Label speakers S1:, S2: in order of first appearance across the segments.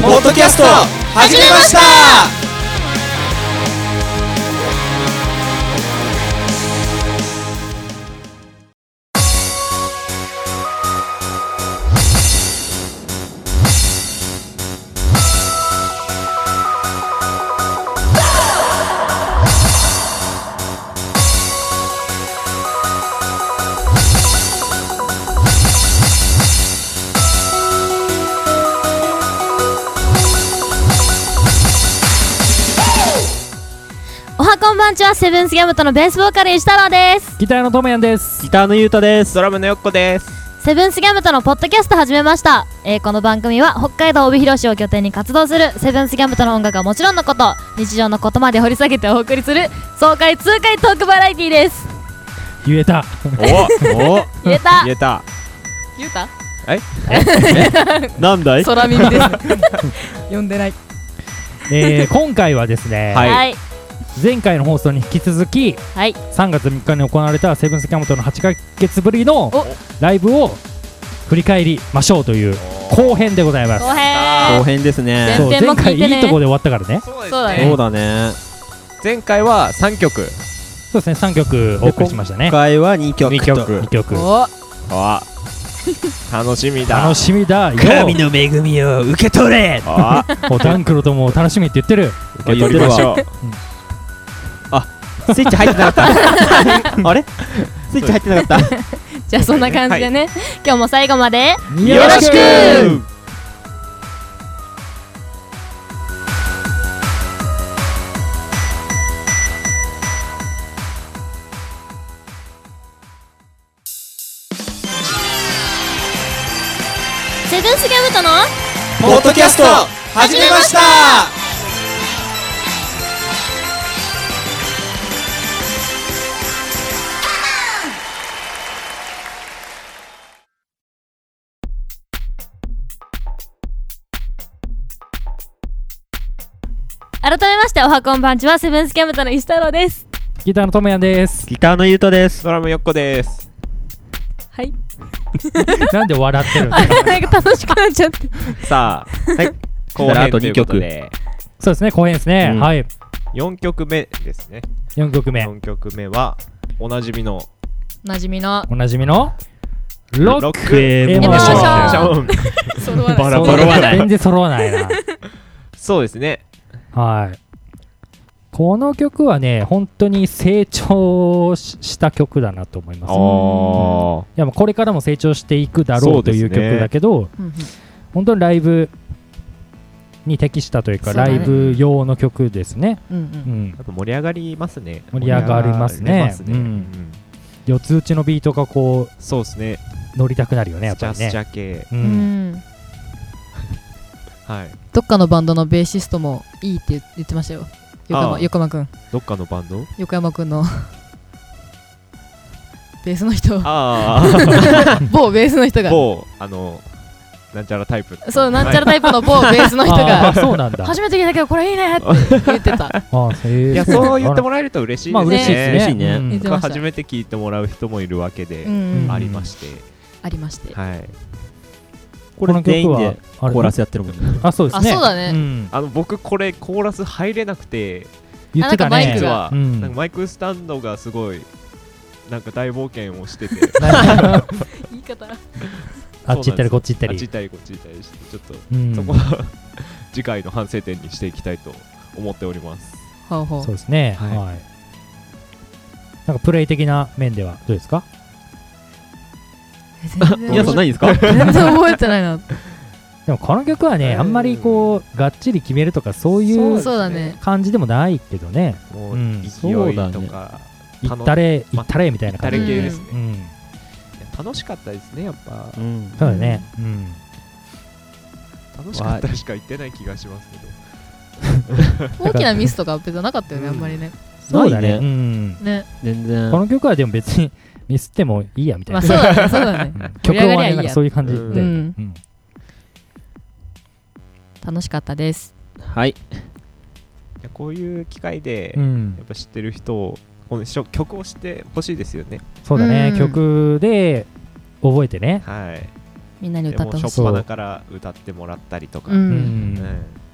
S1: ポッドキャスト始めました
S2: おはこんばんちはセブンスギャムとのベースボーカル石太郎です
S3: ギターのともやんです。
S4: ギターのゆうたです。ドラムのよっこです。
S2: セブンスギャムとのポッドキャスト始めました、えーこの番組は北海道帯広市を拠点に活動するセブンスギャムとの音楽はもちろんのこと日常のことまで掘り下げてお送りする爽快痛快トークバラエティーです
S3: 言えた。
S4: お、お、
S2: 言えた
S4: 言えた。
S2: 言えた
S4: なんだい。
S2: 空耳ですは
S5: 呼んでない
S3: えー、 今回はですね、
S4: はい
S2: い
S3: 前回の放送に引き続き、
S2: はい
S3: 3月3日に行われたセブンスキャムトの8ヶ月ぶりの
S2: お
S3: ライブを振り返りましょうという後編でございます。
S2: 後
S4: 後
S2: 編
S4: 編ですね。
S3: そう
S2: 前編も聞
S3: 前回
S2: い
S3: い
S2: てね
S3: いとこで終わったからね。
S4: そう
S2: そうだね
S4: そうだね。前回は三曲、
S3: そうですね、3曲お送りしましたね
S4: 今。回は二曲。
S3: 2曲。2。曲。
S5: お
S4: あ、楽しみだ。
S3: 楽しみだよ。
S4: の恵みを受け取れ。あ、
S3: おダンクロとも楽しみって言ってる。
S4: 受け取りましょう。あ、スイッチ入ってなか った。あれ？スイッチ入ってなかっ
S2: じゃあそんな感じでね、今日も最後まで
S4: た。
S2: よろしくセブンスギャムとの
S1: ポッドキャスト始めました
S2: 改めましておはこんばんちはセブンスギャムとの石太郎です
S3: ギターのともやんです。
S4: ギターのゆうとです。ドラムよっこです。
S2: はい
S3: なんで笑ってるんだ
S2: なんか楽しくなっちゃって
S4: さあ、はい。後
S1: あ
S4: 編と
S1: と二
S4: いう
S1: 曲
S4: ことで、
S3: そうですね、後編ですね。
S4: うん
S3: はい。
S4: 四曲目ですね。
S3: 4曲目。
S4: 4曲目はおなじみの
S2: なじみの
S3: おなじみのロック
S4: クエ
S3: エモーション
S4: ンション
S3: バ
S4: ラバラはない
S3: 全然揃わないな
S4: そうですね
S3: はいこの曲はね本当に成長しした曲だなと思いますい
S4: お
S3: やもうこれからも成長していくだろ
S4: そうう
S3: と
S4: です
S3: い
S4: ね
S3: う曲だけど、本当にライブに適したという
S2: そ
S3: か
S2: うだね
S3: ライブ用の曲ですね、
S5: うんう
S3: うんん
S4: やっぱ盛り上がりますね
S3: 盛り上がりますね
S4: 盛り上がりますね
S3: うん
S4: うん
S3: 四つ打ちのビートがこ
S4: そうですね
S3: う乗りたくなるよねやっ
S4: スチャ
S3: ぱり
S4: スチ
S3: ね、
S4: ャ系
S2: う
S3: う、
S2: んん
S4: はい
S5: どっかのバンドのベーシストもいいって言言ってましたよ横
S4: ああ
S5: 山横山くん
S4: どっかのバンド
S5: 横山くんのベースの人
S4: ああ
S5: 某ベースの人が
S4: 某あのなんちゃらタイプ
S2: そうなんちゃら
S4: タ
S2: タイプの某ベースの人
S3: あ
S2: が
S3: あそうなんだ
S2: 初めて聞いたけどこれいいねって
S5: 言ってた
S3: ああへえ
S4: いやそう言ってもらえると嬉しい
S3: まあ嬉しい
S4: ね
S3: ですね
S1: ね
S3: うん
S5: 嬉しいね
S4: 僕は初めて聞いてもらう人もいるわけ
S5: う
S4: で
S5: ん
S4: ありまして
S5: ありまして
S4: はい
S1: これ全員で
S3: あれ
S1: コーラスやってるもんね
S3: あそうですね
S5: あそうだね
S3: ん
S4: あの僕これコーラス入れなくて
S3: 言ってたね
S5: あなんかマイク
S4: 実
S5: が
S4: は、
S3: うん
S4: なんかマイクスタンドがすごいなんか大冒険をしてて
S2: 言い方
S3: あっち行ったりこっち行った
S4: あっち行
S3: り
S4: ったりこっち行ったりしてちょっと、
S3: うん
S4: そこは次回の反省点にしていきたいと思っております
S5: ほうほう
S3: そうですね
S4: はい
S3: はいなんかプレイ的な面ではどうですか
S5: え全然
S1: 皆さんないですか
S5: 全然覚えてないな
S3: でもこの曲はね
S4: うん
S3: あんまりこうがっちり決めるとかそうい
S4: そう
S3: う
S5: そうだね
S3: 感じでもないけどね
S4: もう
S3: うん
S4: 勢い
S1: そうだね
S4: とか、
S3: 行ったれ行
S4: ま
S3: ったれみたいな
S4: た
S3: 感
S4: れ
S3: じ
S4: 系ですね、
S3: うん
S4: いや楽しかったですねやっぱ
S1: うん
S3: そうだねうん
S4: 楽しかったしか言ってない気がしますけど
S5: 大きなミスとか別になかったよね
S4: う
S5: あ
S4: ん
S5: んまりね
S3: そうだね
S1: ないうね
S3: ん
S5: ね
S1: 全然
S3: この曲はでも別にミスってもいいやみたい
S5: まあ
S3: な
S5: そうだねそうだね
S3: うん
S5: 盛
S3: 曲
S5: り上
S3: は
S5: がりゃいい
S3: ねなんか
S5: や
S3: そういう感じで
S4: うん
S3: うん
S5: 楽しかったです
S1: はい
S4: いやこういう機会で、
S3: う
S4: や
S3: ん
S4: っぱ知ってる人をこのしょ曲を知ってほしいですよね
S3: そうだね
S5: うん
S3: 曲で覚えてね
S4: はい
S6: みんなに
S4: で
S6: 歌っ
S4: も
S6: て
S4: う
S6: ほしい
S4: 初っ端から歌ってもらったりとか、
S6: う
S4: うん
S3: うんん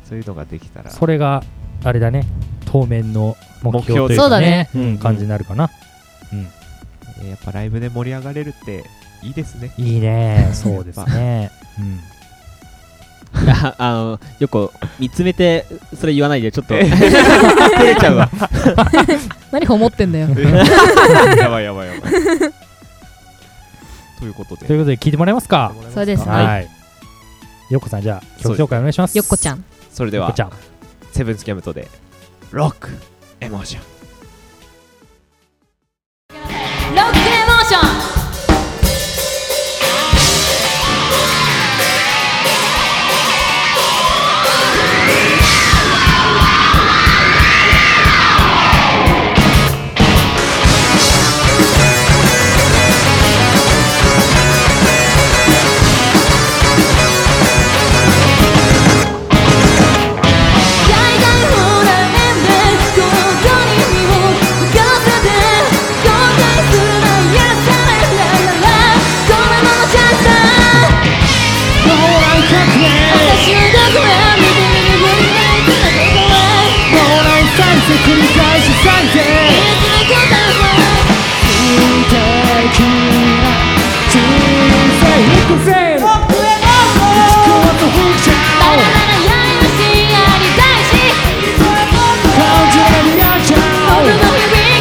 S4: そういうのができたら
S3: それがあれだね当面の目標という
S2: そう
S3: か
S2: だ
S3: ね
S2: ね
S3: うん感じになるかな、
S4: えーやっぱライブで盛り上がれるっていいですね
S3: いいねそうです ね、うん、
S1: ああのよく見つめてそれ言わないでちょ っと照
S4: え
S1: れちゃうわ
S6: 何か思ってんだ よ
S4: やばいやばいやばいということ
S3: とい
S4: で
S3: うことで聞いてもらえますか
S2: そうですね
S3: はい、よっこさんじゃあ曲紹介お願いします
S6: よっこちゃん
S4: それで
S3: よっこ
S4: は
S3: ちゃん
S4: セブンスキャムトでロックエモーション
S2: ロックエモーション
S7: 大体ほらエンデンここに身を任せて後悔すら許されないならこのままじゃさ私のどこへ見て見ぬふりに行くなどこへいつのことはバラバラやりましやりたいし音の響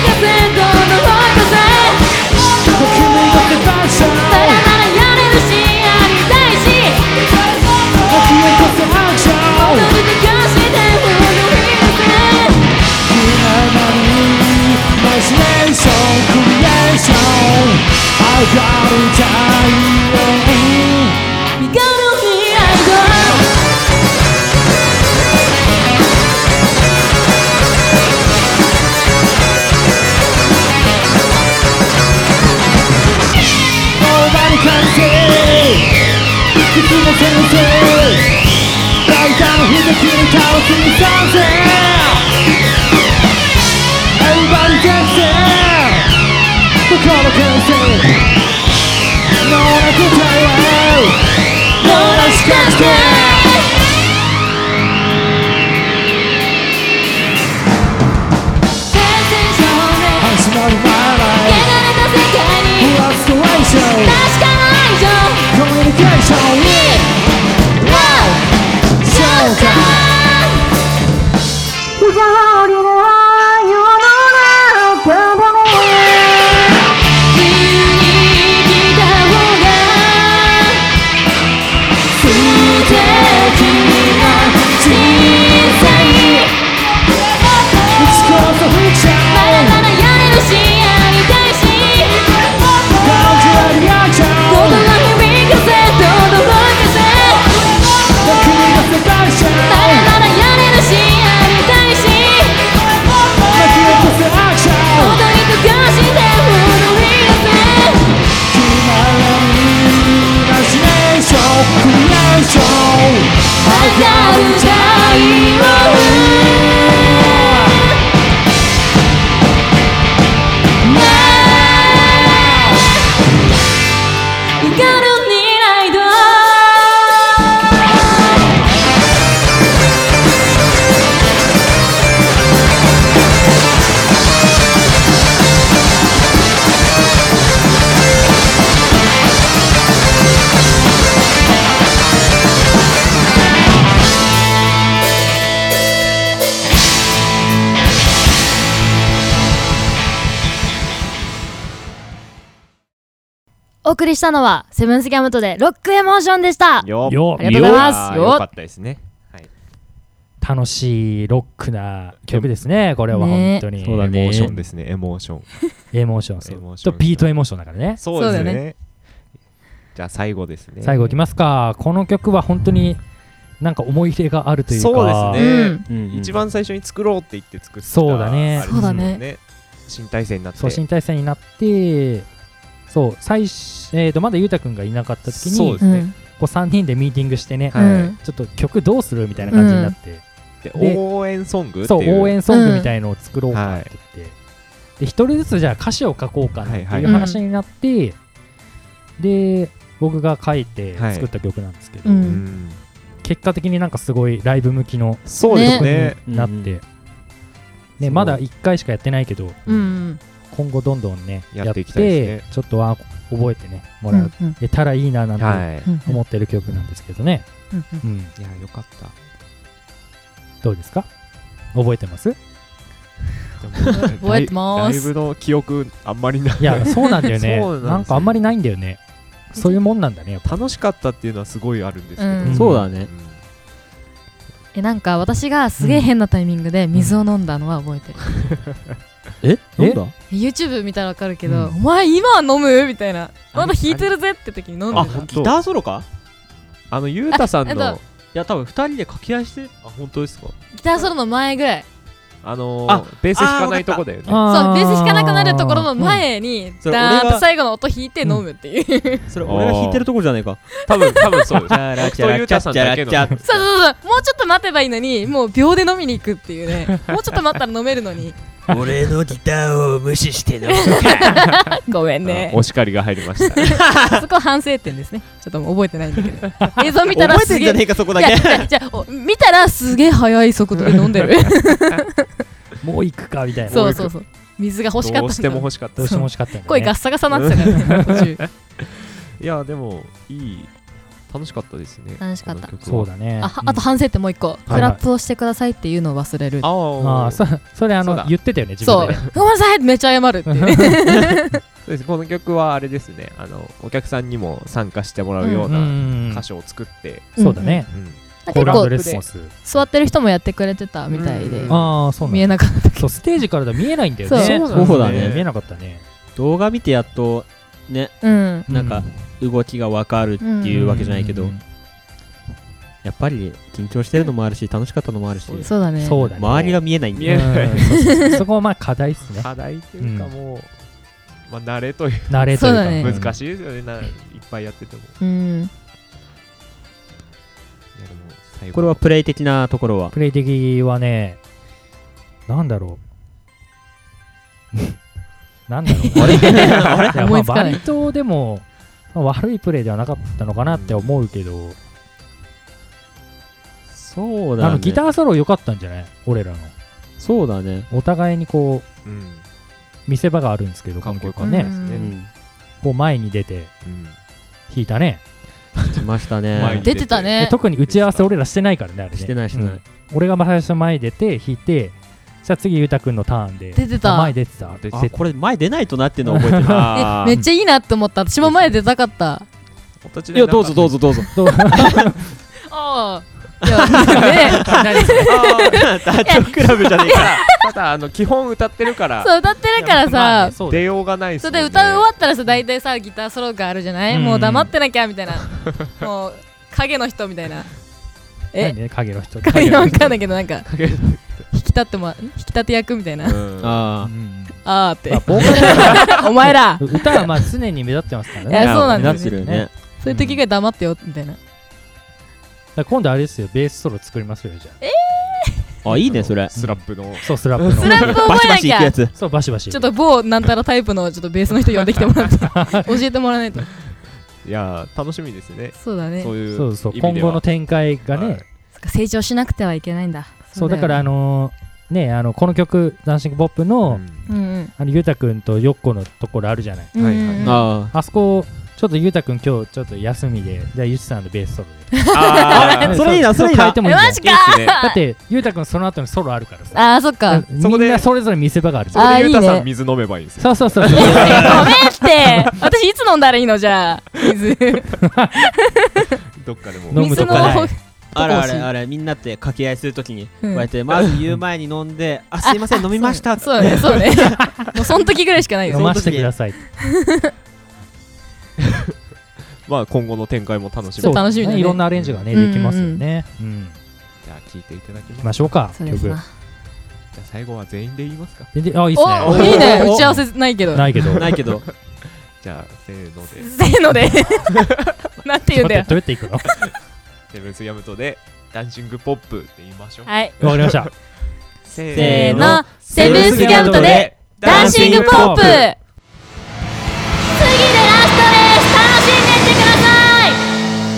S7: かせどの声かせバラバラやれるしやりたいし音に溶かして音の響かせ We gotta be like gold. 戦争で汚れた世界に確かな愛情紹介自由に生きた方が素敵な人生まだまだやれるしやりたいし言葉響かせ届かせまだまだやれるしやりたいし踊りとかして踊り出せ I gotta die Now You gotta need idol
S2: お送りしたのはセブンスギャムトでロックエモーションでした
S4: よ
S3: よ
S2: ありがとうございます
S4: あー
S2: よ
S4: よかったですねはい
S3: 楽しいロックな曲ですねこれは
S6: ね
S3: 本当に、
S1: そうだ
S4: エモーシ
S1: ね
S4: ョンですねエモーション
S3: エモーションそ
S4: エモー
S3: う
S4: ショ
S3: と
S4: ン
S3: ビートエモーションだからね
S4: そうですね
S6: そうだ
S4: じゃあ最後ですね
S3: 最後いきますかこの曲は本当になんか思い入れがあるというか
S4: そうですね
S6: うん
S4: 一番最初に作ろうって言って作った
S3: そうだね
S4: あれですよ
S6: そうだね
S4: 新体制になって
S3: そう新体制になってそう最初、えー、とまだ裕太君がいなかった時
S4: そう
S3: に
S4: です
S6: う
S4: ね
S6: ん
S3: こう3人でミーティングしてね、
S4: はい
S6: うん
S3: ちょっと曲どうするみたいな感じになって、
S4: で
S3: で
S4: 応援ソングって
S3: そう
S4: いう
S3: 応援ソングみたいのを作ろうかって言って、で一人ずつじゃあ歌詞を書こうかなって
S4: はい
S3: い
S4: は
S3: う
S4: い
S3: 話になって、で僕が書いて
S4: はい
S3: 作った曲なんですけど、
S2: うん
S4: うん
S3: 結果的になんかすごいライブ向きの
S4: そうですね
S3: 曲になって、
S8: ね
S3: ねまだ1回しかやってないけど
S2: うん
S3: 今後どんどんね
S4: やっていきたいですね
S3: やってちょっとは覚えてねも
S2: う
S3: ら
S2: んうん
S3: えたらいいななんて、
S4: はい
S3: 思ってる曲なんですけどね、
S2: うん
S3: うん、
S4: いやよかった
S3: どうですか覚えてます
S2: 覚えてま
S4: ラ
S2: ー
S4: イ
S2: す
S4: ブの記憶あんまりない
S3: いやそうなんだよね
S4: そう
S3: な
S4: なん
S3: ん
S4: ですよ
S3: かあんまりないんだよねそういうもんなんだねやっぱ
S4: 楽しかったっていうのはすごいあるんですけど、
S2: うん
S1: そうだね。
S2: えなんか私がすげえ変なタイミングで水を飲んだのは覚えてる、
S1: え
S3: え
S1: なんだ
S2: YouTube 見たらわかるけど、
S3: うん
S2: お前今飲むみたいなまだ弾いてるぜって時に飲んでた
S4: あ
S2: あ
S4: 本
S1: ギ
S4: 当
S1: ターソロか
S4: あのゆうたさんの
S2: あえ
S4: あ
S2: っ
S1: いや、多分二人で掛け合いして、
S4: 本当ですか
S2: ギターソロの前ぐらい
S4: あのー、
S1: あ
S4: ベース弾かないとこだよね
S2: そ
S3: あ
S2: うベース弾かなくなるところ
S3: う
S2: の
S3: ん
S2: 前に、
S1: それ
S2: ダーン
S1: 俺
S2: と
S1: が
S2: 最後の音弾いて飲むっていう、そうそう
S1: それ俺が弾いてるとこじゃないか。
S4: 多分多分そう です
S1: チャラチャラチャチャラチャ。
S2: そうそうもうちょっと待てばいいのにもう秒で飲みに行くっていうねもうちょっと待ったら飲めるのに
S1: 俺のギターを無視しての。
S2: ごめんね
S4: お叱りが入りました
S2: そこ反省点ですねちょっともう覚えてないんだけど映像見たら
S1: 覚え
S2: す
S1: てん
S2: げ
S1: じゃ
S2: え
S1: ねえか、そこだ
S2: い
S1: け
S2: や。いやじゃあお見たらすげえ速い速度で飲んでる
S3: もう行くかみたいな
S2: そうそうそう水が欲しかったんだ
S4: どうしても欲しかった
S3: どうしても欲しかったんだ、ね、
S2: 声ガッサガサになってたからね途中
S4: いやでもいい楽しかったですね
S2: 楽しかった
S4: この曲は
S3: そうだね
S2: あはあと反省点もう一個
S3: い
S2: クラップをしてくださいっていうのを忘れる
S4: あ
S3: あ
S4: ー
S3: あそそれあ
S4: そ
S3: の
S4: うだ
S3: 言ってたよね自
S2: そう
S3: 分で
S2: ごめんなさいめっちゃ謝るっていうね
S4: そうですこの曲はあれですねあのお客さんにも参加してもらうよう
S3: う
S4: なん箇所を作って、
S3: そうだね
S4: うん
S2: 結
S3: コーランド
S2: 構
S3: レスポンス
S2: 座ってる人もやってくれてたみたいで
S4: うん
S3: ああそうなんだ
S2: 見えなかった
S3: そうステージからだ見えないんだよね
S2: そう
S4: そうそう
S1: だね
S3: 見えなかったね
S1: 動画見てやっと、ね、
S2: うん
S1: なんか動きがわかるっていうわけじゃないけど、やっぱり緊張してるのもあるし、楽しかったのもあるし、
S2: そうだね
S3: そうだね
S1: 周りが見えないん
S4: 見
S1: だよ。
S4: えない
S3: うんそうそうそうそこはまあ課題っすね
S4: 課題というか
S3: うん
S4: もう、まあ慣れという
S3: 慣れという
S2: そうだね
S3: か
S4: か難
S3: い
S4: しいですよね、ないっぱいやってても
S2: うん
S4: いやでも最後
S1: これはプレイ的なところは。
S3: プレイ的はねなんだろう なんだろうあれいや
S2: 思
S3: まあ
S2: いつかない
S3: 割とでもまあ悪いプレイではなかったのかなって思うけど、
S1: そう
S3: あ
S1: だ
S3: の
S1: ね。
S3: ギターソロ良かったんじゃない俺らの
S1: そうだね。
S3: お互いにこう
S4: うん
S3: 見せ場があるんですけど
S4: かっこよか
S2: っ
S3: こ
S2: た
S3: の
S2: で
S3: 曲
S2: す
S3: はね
S2: ね
S1: うん。
S3: こう前に出て
S4: うん
S3: 弾いたね
S1: 来ました
S4: 前
S1: ね
S4: に。
S2: 出てた
S3: で
S2: ね
S3: 特に打ち合わせ俺らしてないからねあれね
S1: してないして
S3: う
S1: なんい。
S3: 俺が最初前に出て弾いてじゃあ次ゆうたくんのターンで
S2: 出てた
S3: あ前出てた
S4: 出てた
S3: 出
S1: あ、これ前出ないとなっていうのを覚えてる。
S4: あ
S2: めっちゃいいなって思った私も前出たかった
S4: ー
S1: いや、どうぞどうぞどうぞ。
S3: どう
S2: あ あいやね
S1: ダチョウクラブじゃねえか。
S4: ただあの基本歌ってるから
S2: そう歌ってるから
S3: まあ
S2: さ
S3: ねそうだ
S4: 出
S3: よ
S4: ようがないです
S2: そ
S4: もん
S2: れで
S4: ね
S2: 歌終わったらさ大体さギターソロがあるじゃない、
S3: うん
S2: もう黙ってなきゃみたいなもう影の人みたいなえ
S3: 何ね影の人
S2: 影のわかん
S3: い
S2: ないけどなんか引き立ってもん引き立て役みたいな
S4: うん
S1: あ
S2: あーって
S3: まあボ ー
S2: お前ら
S3: カル 歌はまあ常に目立ってますから
S2: い
S3: ね
S2: やそうな
S1: あ。
S2: ん
S1: な
S2: だ
S1: って
S2: よ
S1: る
S2: ね
S1: よね。
S2: そういう時が黙ってよみたいな
S3: だから今度あれですよベースソロ作りますよじゃあ
S1: あ、いいね、それ。
S4: スラップの
S3: そうスラップ
S2: ス
S3: の
S2: ラップ
S1: バ
S2: 覚
S1: シ
S2: えな
S1: バシ
S2: き
S1: いく
S2: ゃ
S1: や
S2: ち
S1: つ。
S3: そうバシバシ
S2: ょっと某なんたらタイプのちょっとベースの人呼んできてもらって教えてもらわないと
S4: いやー楽しみですね
S2: そうだね
S4: そういう
S3: そうそう
S4: 意味
S3: 今
S4: で
S3: 後
S4: は
S3: の展開がね
S4: はい
S2: そっか成長しなくてはいけないんだ
S3: そうだからあ
S2: よ
S3: のーねあのこの曲「ダンシング・ポップの」
S4: うん
S2: うんうん
S3: あのゆうたくんとよっこのところあるじゃない
S2: うん
S4: はいはい
S2: うん
S1: あ
S3: あそこちょっとゆうたくん今日ちょっと休みでじゃあゆちさんのベースソロで
S4: あ
S3: うん
S1: それいいなそれいいな
S3: 変えてもいいんじゃない
S2: マジ
S4: ーいいっすね
S3: だってゆうたくんその後にソロあるからさ
S2: あーそっか
S3: うん
S4: そ
S3: み
S4: こで
S3: んなそれぞれ見せ場があるじ
S4: そ
S3: ゃん
S2: あ
S4: こでゆうた
S2: あーい
S4: さ
S2: いね
S4: ん水飲めばいいですよ
S3: そうそ うそう
S2: ごめんって私いつ飲んだらいいのじゃあ水
S4: どっかでも
S3: 飲むとかない
S2: 水
S1: あ、あれあれあれ、みんなって掛け合いするときに、こ
S2: うん
S1: うやって、まず言う前に飲んで、あ、すいません、飲みました。
S2: そうねそうねもうその時ぐらいしかないよ
S3: 飲ませてください
S4: まあ今後の展開も楽しみ
S2: そ
S4: に
S2: う楽しみだね
S3: いろんなアレンジがね
S2: うん
S3: できますよねうん
S4: じゃあ聞いていただき
S3: 行き
S4: ま
S3: ましょうか
S2: そうです
S3: 曲
S2: な
S4: すじゃあ最後は全員で言いますか
S3: 全然あいいっすね
S2: お
S1: お
S2: いいね
S1: お
S2: 打ち合わせないけど
S3: ないけど
S1: ないけど、
S4: じゃあせーので
S2: せーのでなんて言うんだよ
S3: ちょっと待ってどうやって行く
S4: セブンスヤムトでダンシングポップって言いましょう
S2: はい
S3: のわかりました
S4: せ
S1: ーの
S2: セブンスギャムトでダンシングポップ次でラストです楽しんでってください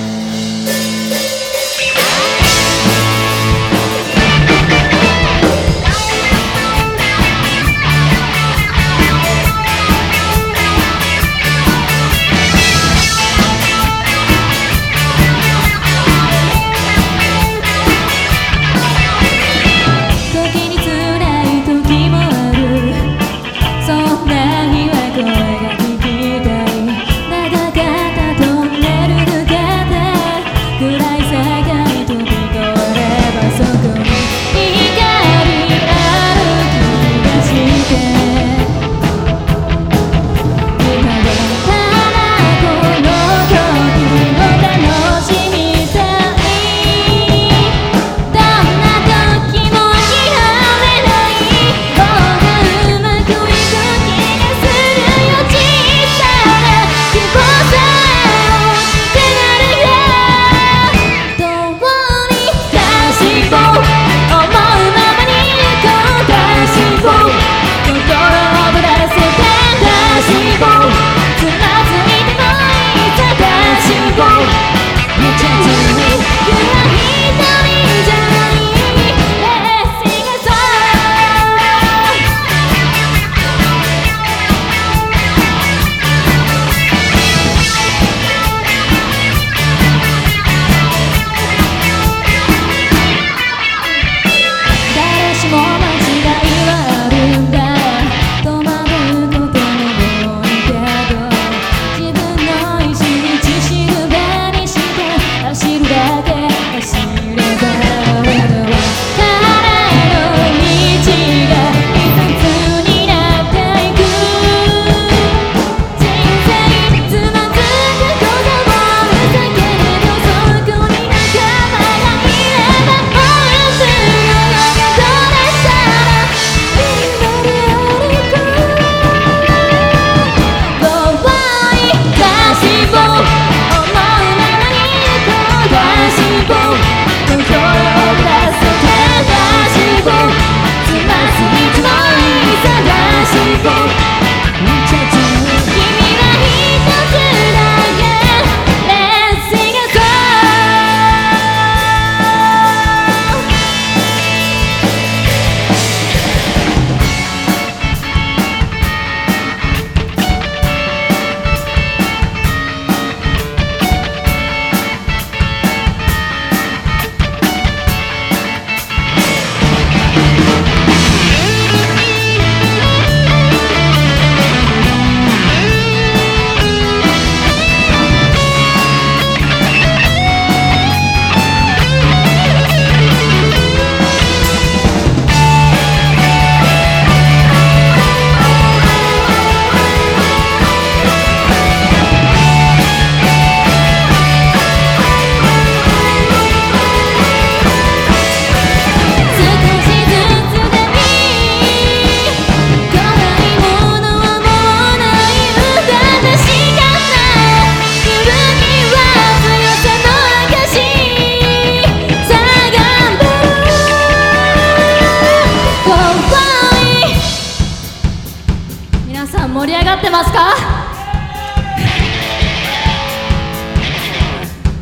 S7: ってますか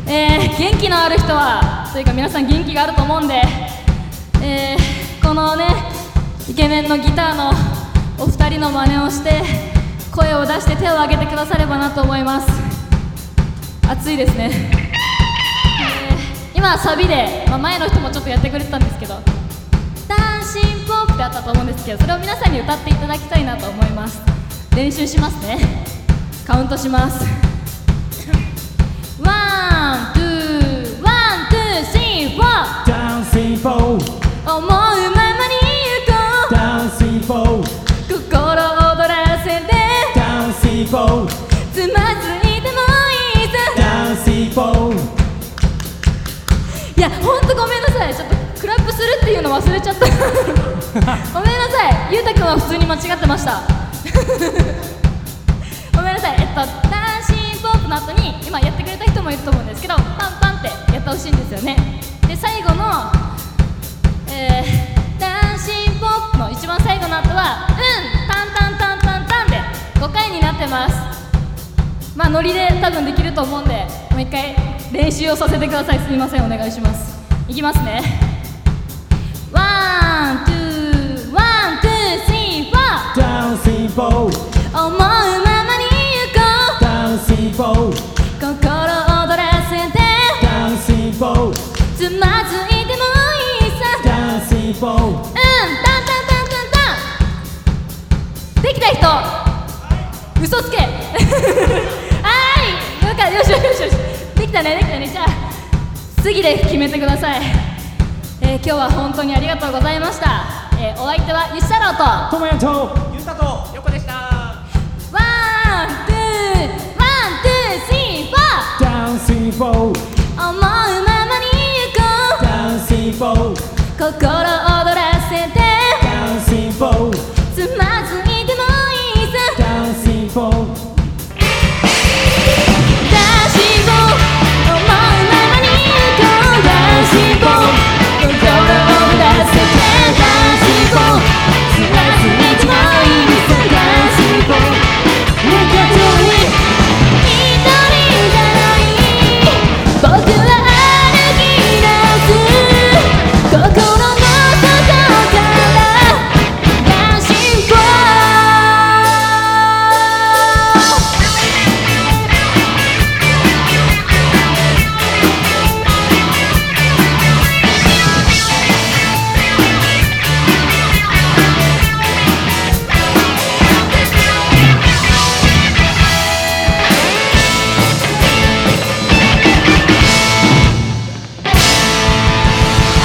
S7: えー元気のある人はというか皆さん元気があると思うんで、えーこのねイケメンのギターのお二人の真似をして声を出して手を挙げてくださればなと思います暑いですね、えー今サビで、まあ前の人もちょっとやってくれてたんですけど「ダンシンポープ」ってあったと思うんですけどそれを皆さんに歌っていただきたいなと思います練習しますねカウントしますワン、ツー、ワン、ツー、スリー、フォー
S9: Dancing Bowl,
S7: 思うままに行こ
S9: Dancing Bowl,
S7: う心躍らせて
S9: Dancing Bowl,
S7: つまずいてもいいさ
S9: Dancing Bowl,
S7: いや、ほんとごめんなさいちょっとクラップするっていうの忘れちゃったごめんなさい、ゆうたくんは普通に間違ってましたごめんなさい、えっと、ダンシンポープの後に今やってくれた人もいると思うんですけどパンパンってやってほしいんですよねで、最後のえー、ダンシンポップの一番最後の後は「うんタンタンタンタンタン」で5回になってますまあノリで多分できると思うんでもう一回練習をさせてくださいすみませんお願いしますいきますねワン・ツーワン・ツー・スリー・フォ
S9: Dancing Bowl,
S7: ー思うままに行こ
S9: Dancing Bowl,
S7: う心躍らせて
S9: Dancing Bowl,
S7: つまずいてもいいさ
S9: Dancing Bowl.
S7: うん、タンタンタンタンタンできた人嘘つけ はーいよかったよしよしよしよしできたねできたねじゃあ次で決めてください、えー今日は本当にありがとうございました、えーお相手はゆし太郎と
S9: トモヤンと
S7: ワン、ツー、ワン、ツー、スリー、フ
S9: Dancing Bowl,
S7: ォー思うままに行こ
S9: Dancing Bowl,
S7: う心躍らせて
S9: Dancing Bowl,
S7: つまずいてもいいさ
S9: Dancing Bowl.
S7: ダンシンボー思うままに行こうダンシンボー心を出せてダンシンボーつまずいてもいいさダンシンボー無価値に一人じゃない僕は歩き出す心の底からダンシンボーあ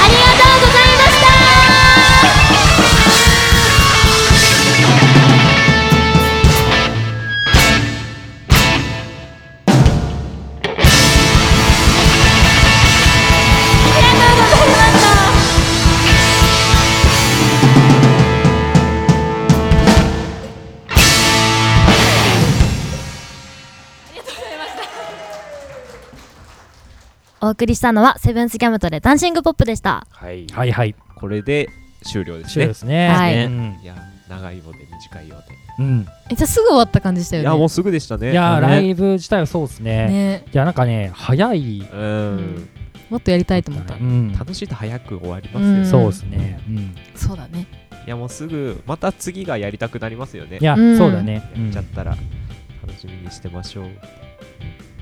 S7: りがとうございました
S10: お送りしたのはセブンスギャムとでダンシングポップでした
S4: はい
S3: はいはい。
S4: これで終了です
S3: そう
S4: ね
S3: ですね。
S2: はい
S3: うん
S4: いや長いようで短いようで
S3: うん。
S2: えじゃあすぐ終わった感じした
S4: い
S2: よ
S4: やも
S2: ね
S4: うすぐでしたね
S3: いやー、
S4: ね
S3: ライブ自体はそうですね。
S2: ね
S3: いや、なんかね、早い。
S4: うん
S2: もっとやりたいと思った
S3: うん。
S4: 楽しいと早く終わりま
S2: う
S4: す
S2: ん
S4: よ
S3: そうですね。うん。
S2: そうだね
S4: いやもうすぐまた次がやりたくなりますよね
S3: いや、
S2: うん
S3: そうだね。う
S4: やっ
S3: ん
S4: ちゃったら楽しみにしてましょう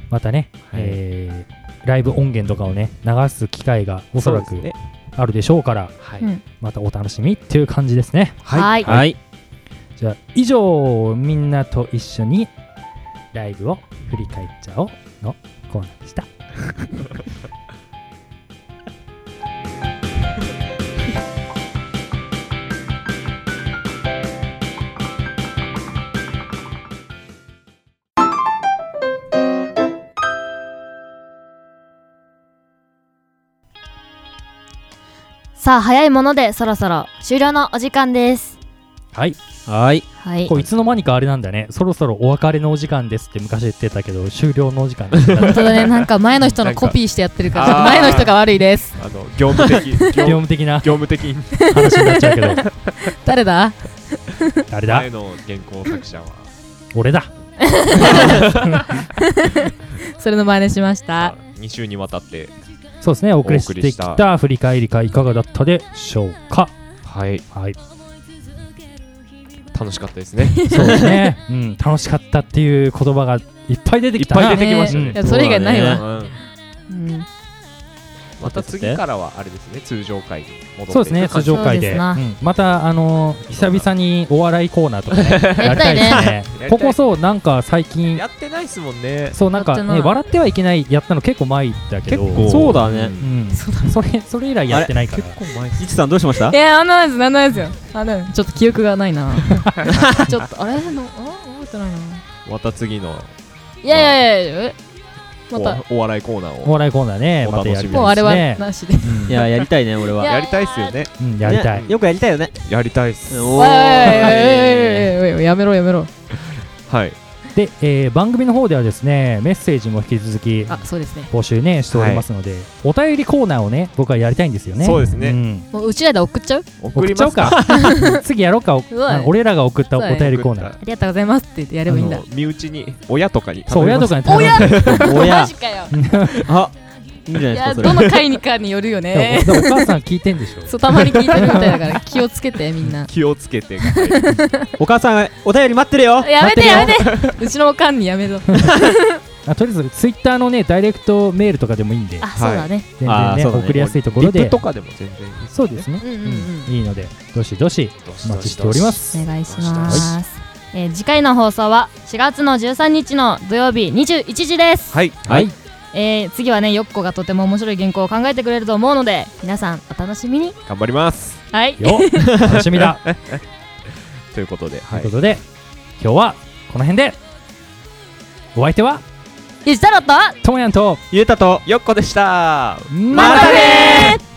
S3: またね、
S4: はい
S3: えーライブ音源とかをね、流す機会がおそらく
S4: うですね
S3: あるでしょうから、
S4: はい
S10: うん
S3: またお楽しみっていう感じですね。
S10: はい
S1: はい。
S3: じゃあ、以上、みんなと一緒にライブを振り返っちゃおうのコーナーでした。
S10: さあ早いものでそろそろ終了のお時間です
S3: はい、
S1: はい。
S10: はい
S3: こういつの間にかあれなんだね、そろそろお別れのお時間ですって昔言ってたけど、終了のお時間 です。
S2: 本当だねなんか前の人のコピーしてやってるからちょっと
S4: なんか
S2: 前の人が悪いです
S4: あの 業務的業
S3: 業務的な
S4: 業務的に
S3: 話になっちゃうけど、
S2: 誰だ
S3: 誰 だ
S4: 前の原稿作者は
S3: 俺だ
S2: それの真似しました
S4: 2週にわたって
S3: そうですねお送りしてき
S4: お送りした
S3: た振り返り会いかがだったでしょうか
S4: はい
S3: はい
S4: 楽しかったですね
S3: そうですね、うん、楽しかったっていう言葉がいっぱい出てきた
S4: いっぱ
S3: ない
S4: 出てきましたね
S2: ねいやそれ以外ないわ、
S4: うん
S2: うん
S4: また次からはあれですね通常回に戻っていく
S3: そうですね通常回で
S2: そうです
S3: うんまたあのー久々にお笑いコーナーとかねやりたいです ね
S4: やりたい
S3: ここそうなんか最近
S4: やってないっすもんね
S3: そうなんか、
S2: やってな
S3: ね、
S2: い
S3: 笑ってはいけないやったの結構前だけど
S1: そうだね
S3: うん、それそれ以来やってないから
S1: いちさんどうしました
S2: いやあんなですあんなですよあんなですちょっと記憶がないなちょっとあれのあ覚えてないな
S4: また次の
S2: いやいやいやいやえま
S4: お
S2: た
S4: お笑いコーナー
S3: お
S4: を
S3: 笑いコーナーね
S4: お
S3: ま
S4: 楽
S3: たや
S4: し
S3: り
S4: み
S3: た
S2: もうあ
S3: い
S2: れ
S3: ですね
S2: はなしで
S1: いややりたいね俺は
S4: やりたいっすよね
S3: うん、やりたい
S1: ねよくやりたいよね
S4: やりたいっす
S1: お
S2: おいおいおいおいおい
S4: ー
S2: おいおいやめろやめろ
S4: はい
S3: で、えー番組の方ではですねメッセージも引き続き
S2: あそうですね
S3: 募集ねしておりますので、お便りコーナーをね僕はやりたいんですよね
S4: そうですね
S3: ん
S2: もううちらで送っちゃう
S4: 送
S3: 送っ
S4: り
S3: ち
S4: ま
S3: ゃおう
S4: すか
S3: か次やろうかお
S2: うわい
S3: 俺らが送ったお
S2: そうだね
S3: 便りコーナー
S2: ありがとうございますって言ってやればいいんだ
S4: あの身内に親とかに
S3: そう親とかに頼む
S1: 親
S2: かよ
S1: あいいんじゃない
S2: いや
S1: ですかそ
S2: ど
S1: れ
S2: の回にかによるよ
S3: で
S2: ね
S3: もでもお母さん聞いてんでしょ
S2: そうたまに聞いてるみたいだから気をつけて みんな
S4: 気をつけて
S1: お母さんお便り待ってるよ
S2: やめてやめ てうちのおかんにや めろ
S3: あとりあえずツイッターのねダイレクトメールとかでもいいんで
S2: あそうだね
S3: 全然
S1: あー
S3: ね
S1: そうだね
S3: 送りやすいとこ
S4: リ
S3: ろ
S4: ップ
S3: で
S4: とかでも全然いいっす
S3: そうですね、
S2: うんうん
S3: うんいいのでどしどしお待ちしております
S10: お願いします、えー次回の放送は4月の13日の土曜日21時です、
S4: はい
S1: はい
S10: えー次はねよっこがとても面白い原稿を考えてくれると思うので皆さんお楽しみに
S4: 頑張ります
S10: はい
S3: よ楽しみだ
S4: ということで
S3: とい
S4: は
S3: うことで、今日はこの辺でお相手は
S10: ゆじたろと
S3: ともやんと
S4: ゆうたとよっこでした
S3: ま
S10: たねー